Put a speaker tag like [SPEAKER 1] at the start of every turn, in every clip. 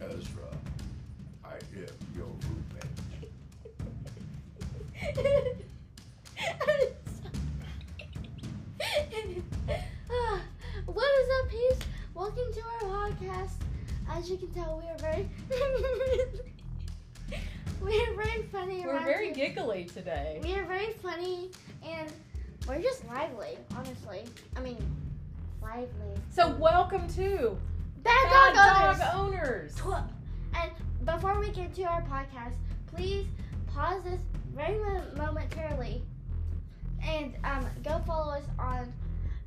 [SPEAKER 1] as, uh, I, if your roommate.
[SPEAKER 2] Ah, what is up, peeps? Welcome to our podcast. As you can tell, we are very we are very funny.
[SPEAKER 3] We're
[SPEAKER 2] around
[SPEAKER 3] very
[SPEAKER 2] here.
[SPEAKER 3] giggly today.
[SPEAKER 2] We are very funny, and we're just lively. Honestly, I mean, lively.
[SPEAKER 3] So welcome to
[SPEAKER 2] Bad
[SPEAKER 3] Bad
[SPEAKER 2] dog, owners.
[SPEAKER 3] Dog Owners.
[SPEAKER 2] Tw- And before we get to our podcast, please pause this very mo- momentarily and um, go follow us on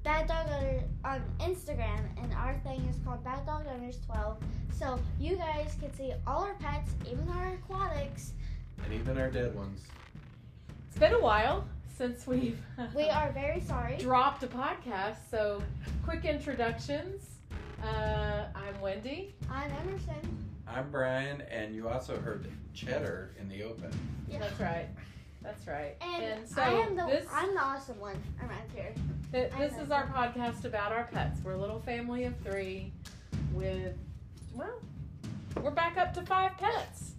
[SPEAKER 2] Bad Dog Owners on Instagram. And our thing is called Bad Dog Owners 12. So you guys can see all our pets, even our aquatics.
[SPEAKER 4] And even our dead ones.
[SPEAKER 3] It's been a while since we've
[SPEAKER 2] We are very sorry.
[SPEAKER 3] dropped a podcast. So quick introductions. Uh, I'm Wendy.
[SPEAKER 2] I'm Emerson.
[SPEAKER 4] I'm Brian, and you also heard Cheddar in the open.
[SPEAKER 2] Yeah.
[SPEAKER 3] That's right. That's right.
[SPEAKER 2] And,
[SPEAKER 3] so
[SPEAKER 2] I am the
[SPEAKER 3] this
[SPEAKER 2] I'm the awesome one around here.
[SPEAKER 3] th-
[SPEAKER 2] I
[SPEAKER 3] this
[SPEAKER 2] like
[SPEAKER 3] is our podcast about our pets. We're a little family of three with well, we're back up to five pets.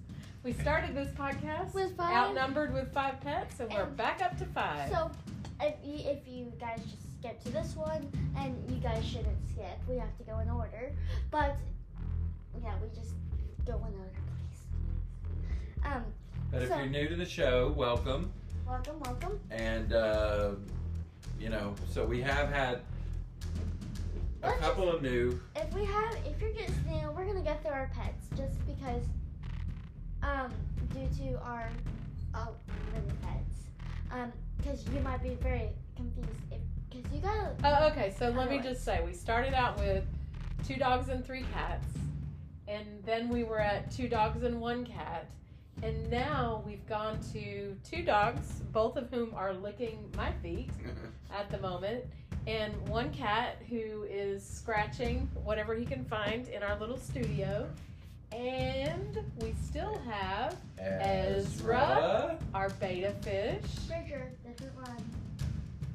[SPEAKER 3] We started this podcast
[SPEAKER 2] With five.
[SPEAKER 3] outnumbered with five pets, and we're
[SPEAKER 2] And-
[SPEAKER 3] back up to five.
[SPEAKER 2] So, if you, if you guys just skip to this one, and you guys shouldn't skip, we have to go in order. But yeah, we just go in order, please. Um,
[SPEAKER 4] But if
[SPEAKER 2] So-
[SPEAKER 4] you're new to the show, welcome.
[SPEAKER 2] welcome, welcome.
[SPEAKER 4] And, uh, you know, so we have had a
[SPEAKER 2] Let's
[SPEAKER 4] couple of new.
[SPEAKER 2] If we have, if you're just new, we're gonna go through our pets just because, um, due to our oh, really pets, um, because you might be very confused if because you gotta
[SPEAKER 3] Oh, okay. So let me
[SPEAKER 2] Otherwise.
[SPEAKER 3] just say, we started out with two dogs and three cats, and then we were at two dogs and one cat, and now we've gone to two dogs, both of whom are licking my feet at the moment, and one cat who is scratching whatever he can find in our little studio. And we still have Ezra. our beta fish.
[SPEAKER 2] Bridger doesn't run.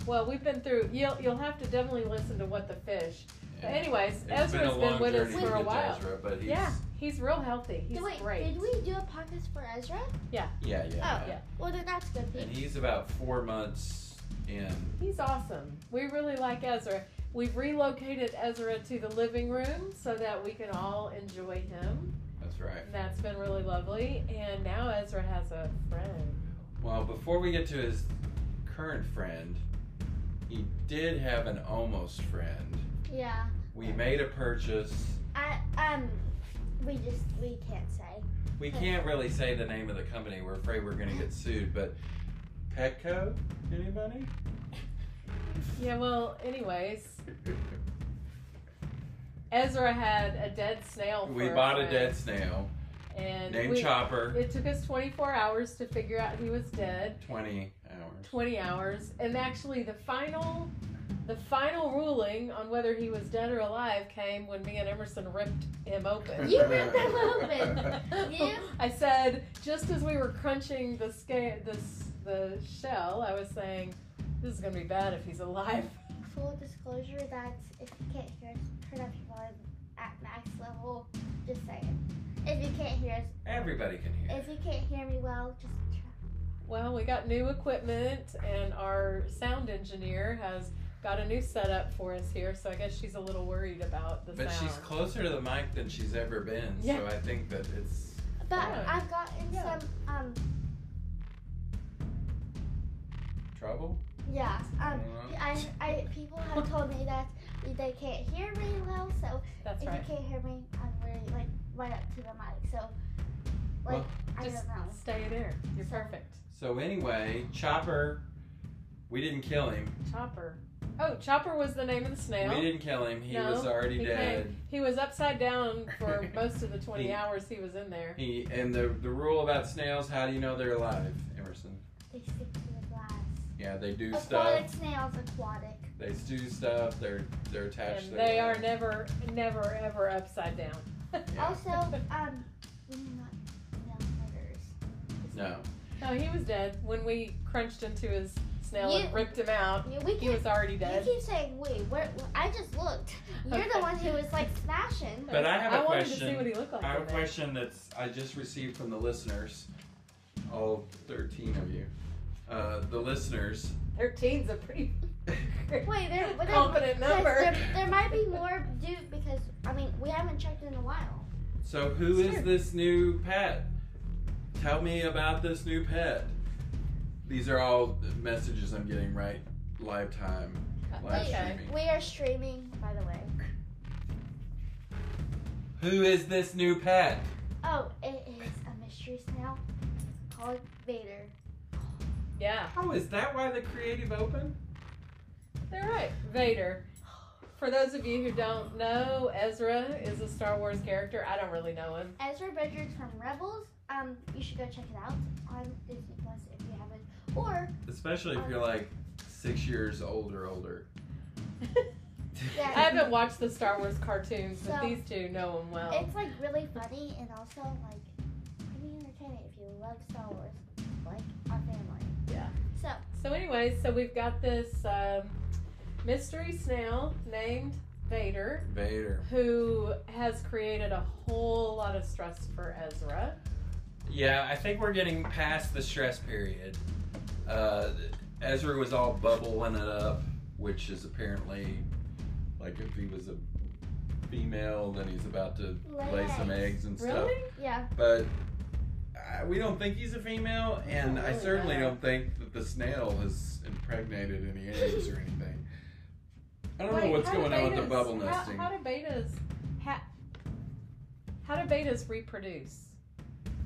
[SPEAKER 3] Well, we've been through. You'll you'll have to definitely listen to what the fish. But
[SPEAKER 4] Yeah.
[SPEAKER 3] anyways,
[SPEAKER 4] It's
[SPEAKER 3] Ezra's
[SPEAKER 4] been a
[SPEAKER 3] been,
[SPEAKER 4] long
[SPEAKER 3] with us
[SPEAKER 4] journey
[SPEAKER 3] for a
[SPEAKER 4] with
[SPEAKER 3] while.
[SPEAKER 4] Ezra, but he's,
[SPEAKER 3] Yeah, he's real healthy. He's
[SPEAKER 2] Did- Wait,
[SPEAKER 3] great.
[SPEAKER 2] did we do a podcast for Ezra?
[SPEAKER 4] Yeah, yeah.
[SPEAKER 2] Oh.
[SPEAKER 4] yeah.
[SPEAKER 2] Well, then that's good.
[SPEAKER 4] And he's about four months in.
[SPEAKER 3] He's awesome. We really like Ezra. We've relocated Ezra to the living room so that we can all enjoy him.
[SPEAKER 4] That's right.
[SPEAKER 3] That's been really lovely. And now Ezra has a friend.
[SPEAKER 4] Well, before we get to his current friend, he did have an almost friend.
[SPEAKER 2] Yeah.
[SPEAKER 4] We made a purchase.
[SPEAKER 2] I um, we just we can't say.
[SPEAKER 4] We can't really say the name of the company. We're afraid we're going to get sued. But Petco, anybody?
[SPEAKER 3] Yeah. Well, anyways, Ezra had a dead snail.
[SPEAKER 4] We
[SPEAKER 3] for
[SPEAKER 4] bought a
[SPEAKER 3] friend,
[SPEAKER 4] dead snail
[SPEAKER 3] and
[SPEAKER 4] named
[SPEAKER 3] we-
[SPEAKER 4] Chopper.
[SPEAKER 3] It took us 24 hours to figure out he was dead.
[SPEAKER 4] Twenty hours.
[SPEAKER 3] 20 hours and actually the final the final ruling on whether he was dead or alive came when me and emerson ripped him open
[SPEAKER 2] You ripped them open. Yeah.
[SPEAKER 3] i said just as we were crunching the sca- this the shell i was saying this is going to be bad if he's alive
[SPEAKER 2] Full disclosure that if you can't hear us, turn up your volume at max level. Just saying. If you can't hear us,
[SPEAKER 4] Everybody can hear.
[SPEAKER 2] if you can't hear me well, just try.
[SPEAKER 3] well we got new equipment and our sound engineer has got a new setup for us here so i guess she's a little worried about the
[SPEAKER 4] But
[SPEAKER 3] sound
[SPEAKER 4] she's closer to the mic than she's ever been,
[SPEAKER 3] Yeah.
[SPEAKER 4] so I think that it's
[SPEAKER 2] But
[SPEAKER 3] Yeah.
[SPEAKER 2] I've gotten
[SPEAKER 3] Yeah.
[SPEAKER 2] some um,
[SPEAKER 4] trouble.
[SPEAKER 2] yeah um,
[SPEAKER 4] Mhm.
[SPEAKER 2] I I people have told me that they can't hear me well, so
[SPEAKER 3] that's
[SPEAKER 2] if
[SPEAKER 3] right
[SPEAKER 2] you can't hear me, I'm really like right up to the mic. So like
[SPEAKER 4] Well,
[SPEAKER 2] I
[SPEAKER 3] just
[SPEAKER 2] don't know.
[SPEAKER 3] stay there you're
[SPEAKER 2] So-
[SPEAKER 3] perfect
[SPEAKER 4] So anyway, Chopper, we didn't kill him.
[SPEAKER 3] Chopper. Oh, Chopper was the name of the snail.
[SPEAKER 4] We didn't kill him. He
[SPEAKER 3] No,
[SPEAKER 4] was already
[SPEAKER 3] he
[SPEAKER 4] dead.
[SPEAKER 3] He was upside down for most of the 20
[SPEAKER 4] He-
[SPEAKER 3] hours he was in there.
[SPEAKER 4] He and the the rule about snails. How do you know they're alive, Emerson?
[SPEAKER 2] They stick to the glass.
[SPEAKER 4] Yeah, they do stuff.
[SPEAKER 2] Aquatic snails, aquatic.
[SPEAKER 4] They do stuff. They're they're attached.
[SPEAKER 3] And
[SPEAKER 4] to
[SPEAKER 3] they
[SPEAKER 4] their-
[SPEAKER 3] are Oh. never, never, ever upside down.
[SPEAKER 4] Yeah.
[SPEAKER 2] Also, um, we do not nail clitters.
[SPEAKER 4] No.
[SPEAKER 3] No, he was dead when we crunched into his snail and
[SPEAKER 2] You-
[SPEAKER 3] ripped him out.
[SPEAKER 2] Yeah, we
[SPEAKER 3] He was
[SPEAKER 2] keep,
[SPEAKER 3] already
[SPEAKER 2] you
[SPEAKER 3] dead.
[SPEAKER 2] keep saying we. Where, I just looked. You're
[SPEAKER 3] Okay.
[SPEAKER 2] the one who was like smashing.
[SPEAKER 4] But I have a
[SPEAKER 3] I wanted to see
[SPEAKER 4] question.
[SPEAKER 3] what he looked like.
[SPEAKER 4] I have a
[SPEAKER 3] in there.
[SPEAKER 4] question that's I just received from the listeners, all thirteen of you. Uh, the listeners.
[SPEAKER 3] 13's a pretty
[SPEAKER 2] Wait, there, but there,
[SPEAKER 3] confident
[SPEAKER 2] there,
[SPEAKER 3] number.
[SPEAKER 2] there, there might be more due because I mean we haven't checked in a while.
[SPEAKER 4] So who is
[SPEAKER 3] Sure.
[SPEAKER 4] this new pet? Tell me about this new pet. These are all messages I'm getting right live time.
[SPEAKER 3] Oh,
[SPEAKER 4] Live
[SPEAKER 2] Okay.
[SPEAKER 4] streaming.
[SPEAKER 2] We are streaming, by the way.
[SPEAKER 4] Who is this new pet?
[SPEAKER 2] Oh, it is a mystery snail called Vader.
[SPEAKER 3] Yeah,
[SPEAKER 4] Oh, is that why the creative open?
[SPEAKER 3] they're right. Vader. For those of you who don't know, Ezra is a Star Wars character. I don't really know him.
[SPEAKER 2] Ezra Bridger's from Rebels. Um, you should go check it out on Disney Plus if you haven't. Or
[SPEAKER 4] Especially if you're like six years old or older.
[SPEAKER 2] Yeah.
[SPEAKER 3] I haven't watched the Star Wars cartoons, but
[SPEAKER 2] So-
[SPEAKER 3] these two know him well.
[SPEAKER 2] it's like really funny and also like pretty entertaining if you love Star Wars, like our family.
[SPEAKER 3] Yeah.
[SPEAKER 2] So
[SPEAKER 3] So, anyway, so we've got this um, mystery snail named Vader
[SPEAKER 4] Vader.
[SPEAKER 3] who has created a whole lot of stress for Ezra.
[SPEAKER 4] Yeah, I think we're getting past the stress period. Uh, Ezra was all bubbling it up, which is apparently like if he was a female, then he's about to lay some
[SPEAKER 2] Lay
[SPEAKER 4] eggs and stuff.
[SPEAKER 3] Really?
[SPEAKER 2] yeah,
[SPEAKER 4] But uh, we don't think he's a female, and I
[SPEAKER 3] Really
[SPEAKER 4] certainly
[SPEAKER 3] not.
[SPEAKER 4] don't think that the snail has impregnated any eggs or anything. I don't know
[SPEAKER 3] Wait,
[SPEAKER 4] what's
[SPEAKER 3] how do
[SPEAKER 4] going on with the
[SPEAKER 3] betas-
[SPEAKER 4] bubble
[SPEAKER 3] how-
[SPEAKER 4] nesting.
[SPEAKER 3] How, do betas? How, how do betas reproduce?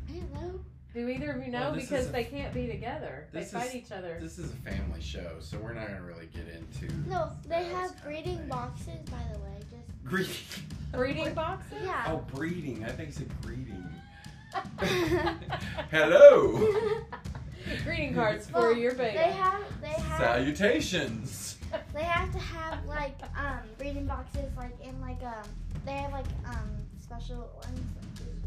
[SPEAKER 2] I don't know.
[SPEAKER 3] Do either of you know?
[SPEAKER 4] Well, this
[SPEAKER 3] because
[SPEAKER 4] is a-
[SPEAKER 3] they can't be together. They
[SPEAKER 4] this is-
[SPEAKER 3] fight each other.
[SPEAKER 4] This is a family show, so we're not gonna really get into.
[SPEAKER 2] No, they
[SPEAKER 4] those
[SPEAKER 2] have
[SPEAKER 4] kind of
[SPEAKER 2] breeding
[SPEAKER 4] things.
[SPEAKER 2] boxes, by the way. Just
[SPEAKER 4] Breeding.
[SPEAKER 3] Breeding boxes.
[SPEAKER 2] yeah.
[SPEAKER 4] Oh, breeding. I think it's a greeting.
[SPEAKER 3] Yeah.
[SPEAKER 4] Hello.
[SPEAKER 3] Greeting cards for
[SPEAKER 2] Well,
[SPEAKER 3] your
[SPEAKER 2] They
[SPEAKER 3] beta.
[SPEAKER 2] have they have
[SPEAKER 4] Salutations.
[SPEAKER 2] they have to have like um breeding boxes like in like um they have like um special ones.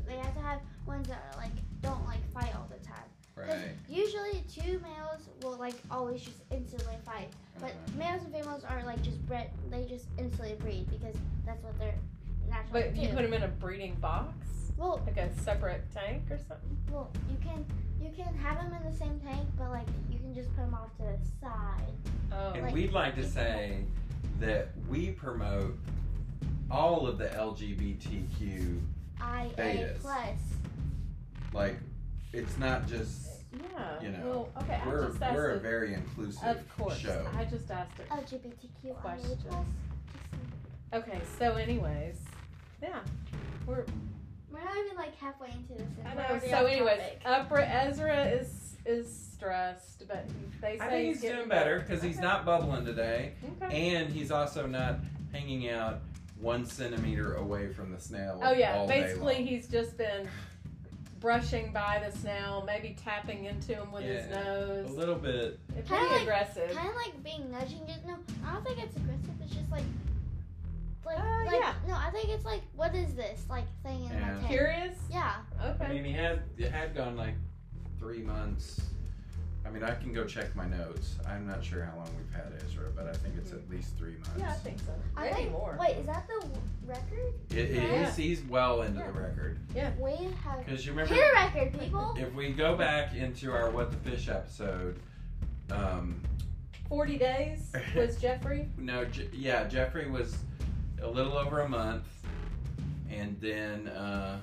[SPEAKER 2] They have to have ones that are like don't like fight all the time. 'Cause
[SPEAKER 4] Right.
[SPEAKER 2] Usually two males will like always just instantly fight, but
[SPEAKER 4] Uh-huh.
[SPEAKER 2] males and females are like just bred. They just instantly breed because that's what they're naturally
[SPEAKER 3] But
[SPEAKER 2] do.
[SPEAKER 3] you put them in a breeding box,
[SPEAKER 2] well,
[SPEAKER 3] like a separate tank or something.
[SPEAKER 2] Well, you can you can have them in the same tank, but like you can just put them off to the side.
[SPEAKER 3] Oh,
[SPEAKER 4] And
[SPEAKER 2] like-
[SPEAKER 4] we'd like to say that we promote all of the LGBTQ.
[SPEAKER 2] I A
[SPEAKER 4] Betas.
[SPEAKER 2] plus.
[SPEAKER 4] Like, it's not just
[SPEAKER 3] yeah.
[SPEAKER 4] You know,
[SPEAKER 3] well, okay. I
[SPEAKER 4] we're
[SPEAKER 3] just asked
[SPEAKER 4] we're
[SPEAKER 3] a-
[SPEAKER 4] a very inclusive
[SPEAKER 3] Of course.
[SPEAKER 4] show.
[SPEAKER 3] I just asked it.
[SPEAKER 2] LGBTQIA plus.
[SPEAKER 3] Question.
[SPEAKER 2] Just like-
[SPEAKER 3] Okay. So, anyways, yeah.
[SPEAKER 2] We're not even like halfway into this. and
[SPEAKER 3] I
[SPEAKER 2] we're
[SPEAKER 3] know.
[SPEAKER 2] already
[SPEAKER 3] So,
[SPEAKER 2] off
[SPEAKER 3] anyways, uh,
[SPEAKER 2] topic.
[SPEAKER 3] Upper Ezra is is stressed, but they say
[SPEAKER 4] I think he's
[SPEAKER 3] getting
[SPEAKER 4] doing better because he's
[SPEAKER 3] Okay.
[SPEAKER 4] not bubbling today.
[SPEAKER 3] Okay.
[SPEAKER 4] And he's also not hanging out one centimeter away from the snail.
[SPEAKER 3] Oh yeah,
[SPEAKER 4] all day
[SPEAKER 3] basically
[SPEAKER 4] long.
[SPEAKER 3] he's just been brushing by the snail, maybe tapping into him with his
[SPEAKER 4] Yeah.
[SPEAKER 3] nose.
[SPEAKER 4] a little bit.
[SPEAKER 3] It's
[SPEAKER 2] Kinda
[SPEAKER 3] Pretty
[SPEAKER 2] like-
[SPEAKER 3] aggressive.
[SPEAKER 2] Kind of like being nudging. Just no. I don't think it's aggressive. It's just like. Like,
[SPEAKER 3] Oh,
[SPEAKER 2] like
[SPEAKER 3] yeah.
[SPEAKER 2] no, I think it's like what is this like thing in
[SPEAKER 4] Yeah.
[SPEAKER 2] my tank?
[SPEAKER 3] Curious?
[SPEAKER 2] Yeah,
[SPEAKER 4] I
[SPEAKER 3] Okay.
[SPEAKER 4] mean, he had it had gone like three months. I mean, I can go check my notes. I'm not sure how long we've had Ezra, but I think it's at least three months.
[SPEAKER 3] Yeah, I think so.
[SPEAKER 2] I
[SPEAKER 3] Maybe
[SPEAKER 2] think.
[SPEAKER 3] more.
[SPEAKER 2] Wait, is that the w- record?
[SPEAKER 4] It, it
[SPEAKER 3] Yeah.
[SPEAKER 4] is- He's well into
[SPEAKER 3] Yeah.
[SPEAKER 4] the record
[SPEAKER 2] We have
[SPEAKER 4] because you remember
[SPEAKER 2] hit a record, people.
[SPEAKER 4] if we go back into our what the fish episode. Um,
[SPEAKER 3] Forty days was Jeffrey.
[SPEAKER 4] no, Je- yeah, Jeffrey was a little over a month, and then uh,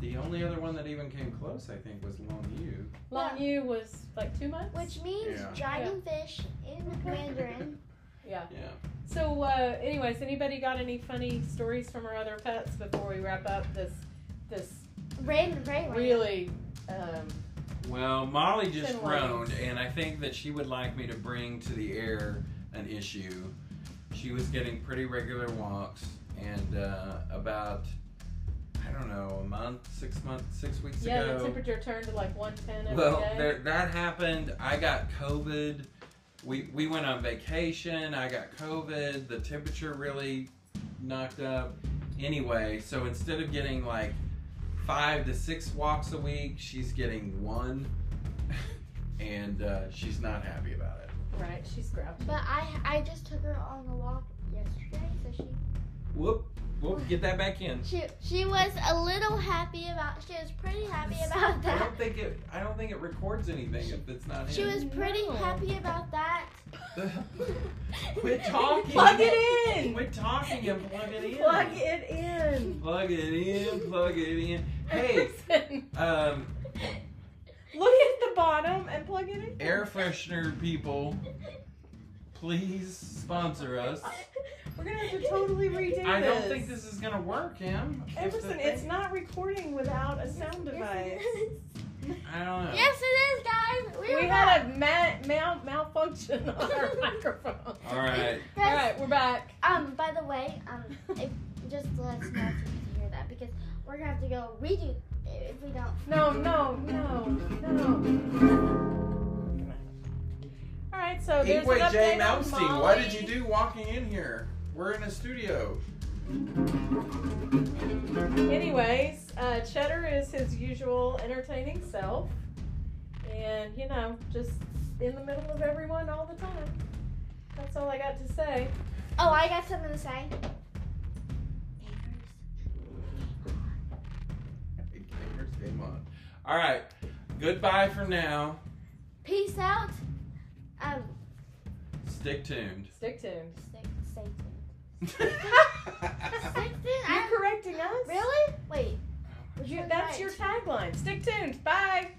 [SPEAKER 4] the only other one that even came close, I think, was Long U.
[SPEAKER 3] Long U was like two months.
[SPEAKER 2] Which means
[SPEAKER 4] Yeah.
[SPEAKER 2] dragonfish in Mandarin.
[SPEAKER 3] yeah.
[SPEAKER 4] Yeah.
[SPEAKER 3] So, uh, anyways, anybody got any funny stories from our other pets before we wrap up this this
[SPEAKER 2] Rain, rain, rain.
[SPEAKER 3] really um,
[SPEAKER 4] Well, Molly just
[SPEAKER 3] Been
[SPEAKER 4] groaned,
[SPEAKER 3] loads.
[SPEAKER 4] and I think that she would like me to bring to the air an issue. She was getting pretty regular walks, and uh, about I don't know a month, six months, six weeks
[SPEAKER 3] yeah the
[SPEAKER 4] ago.
[SPEAKER 3] temperature turned to like one ten every day.
[SPEAKER 4] well, there, that happened. I got COVID. We we went on vacation. I got COVID. The temperature really knocked up. Anyway, so instead of getting like five to six walks a week, she's getting one. and uh, she's not happy about it.
[SPEAKER 3] Right, she's grouchy.
[SPEAKER 2] But I I just took her on a walk yesterday, so she
[SPEAKER 4] Whoop, whoop, get that back in.
[SPEAKER 2] she she was a little happy about. She was pretty happy about
[SPEAKER 4] I
[SPEAKER 2] that.
[SPEAKER 4] don't think it. I don't think it records anything if it's not
[SPEAKER 2] She
[SPEAKER 4] in.
[SPEAKER 2] was pretty
[SPEAKER 3] No.
[SPEAKER 2] happy about that.
[SPEAKER 4] Quit talking.
[SPEAKER 3] Plug it in.
[SPEAKER 4] Quit talking and plug it in.
[SPEAKER 3] Plug it in.
[SPEAKER 4] Plug it in. Plug it in. Hey, um,
[SPEAKER 3] Look at the bottom and plug it in.
[SPEAKER 4] air freshener people, please sponsor us.
[SPEAKER 3] We're gonna have to totally redo
[SPEAKER 4] I don't think this is gonna work, Em. If the
[SPEAKER 3] Emerson,
[SPEAKER 4] thing-
[SPEAKER 3] it's not recording without a sound device.
[SPEAKER 2] Yes, it is.
[SPEAKER 4] I don't know.
[SPEAKER 2] Yes, it is, guys. We,
[SPEAKER 3] We
[SPEAKER 2] were
[SPEAKER 3] had
[SPEAKER 2] back.
[SPEAKER 3] a ma- mal- malfunction on our microphone.
[SPEAKER 4] All right.
[SPEAKER 3] All
[SPEAKER 2] Guys,
[SPEAKER 3] right, we're back.
[SPEAKER 2] Um, by the way, um, if, just let us know if you can hear that because we're gonna have to go redo if we don't.
[SPEAKER 3] No, no, no, no. All right, so there's
[SPEAKER 4] Equate
[SPEAKER 3] an
[SPEAKER 4] J
[SPEAKER 3] update on
[SPEAKER 4] Malmsteen. Why did
[SPEAKER 3] Molly.
[SPEAKER 4] you do walking in here? We're in a studio.
[SPEAKER 3] Anyways, uh, Cheddar is his usual entertaining self. And, you know, just in the middle of everyone all the time. That's all I got to say.
[SPEAKER 2] Oh, I got something to say.
[SPEAKER 4] Gamers game on. All right. Goodbye for now.
[SPEAKER 2] Peace out. Um,
[SPEAKER 4] Stick tuned.
[SPEAKER 3] Stick tuned.
[SPEAKER 2] stay, stay tuned. Stick
[SPEAKER 4] Bye.
[SPEAKER 2] tuned.
[SPEAKER 3] You're
[SPEAKER 2] I,
[SPEAKER 3] correcting us?
[SPEAKER 2] really? Wait.
[SPEAKER 3] You-
[SPEAKER 2] one's
[SPEAKER 3] that's
[SPEAKER 2] right?
[SPEAKER 3] your tagline. Stick tuned. Bye.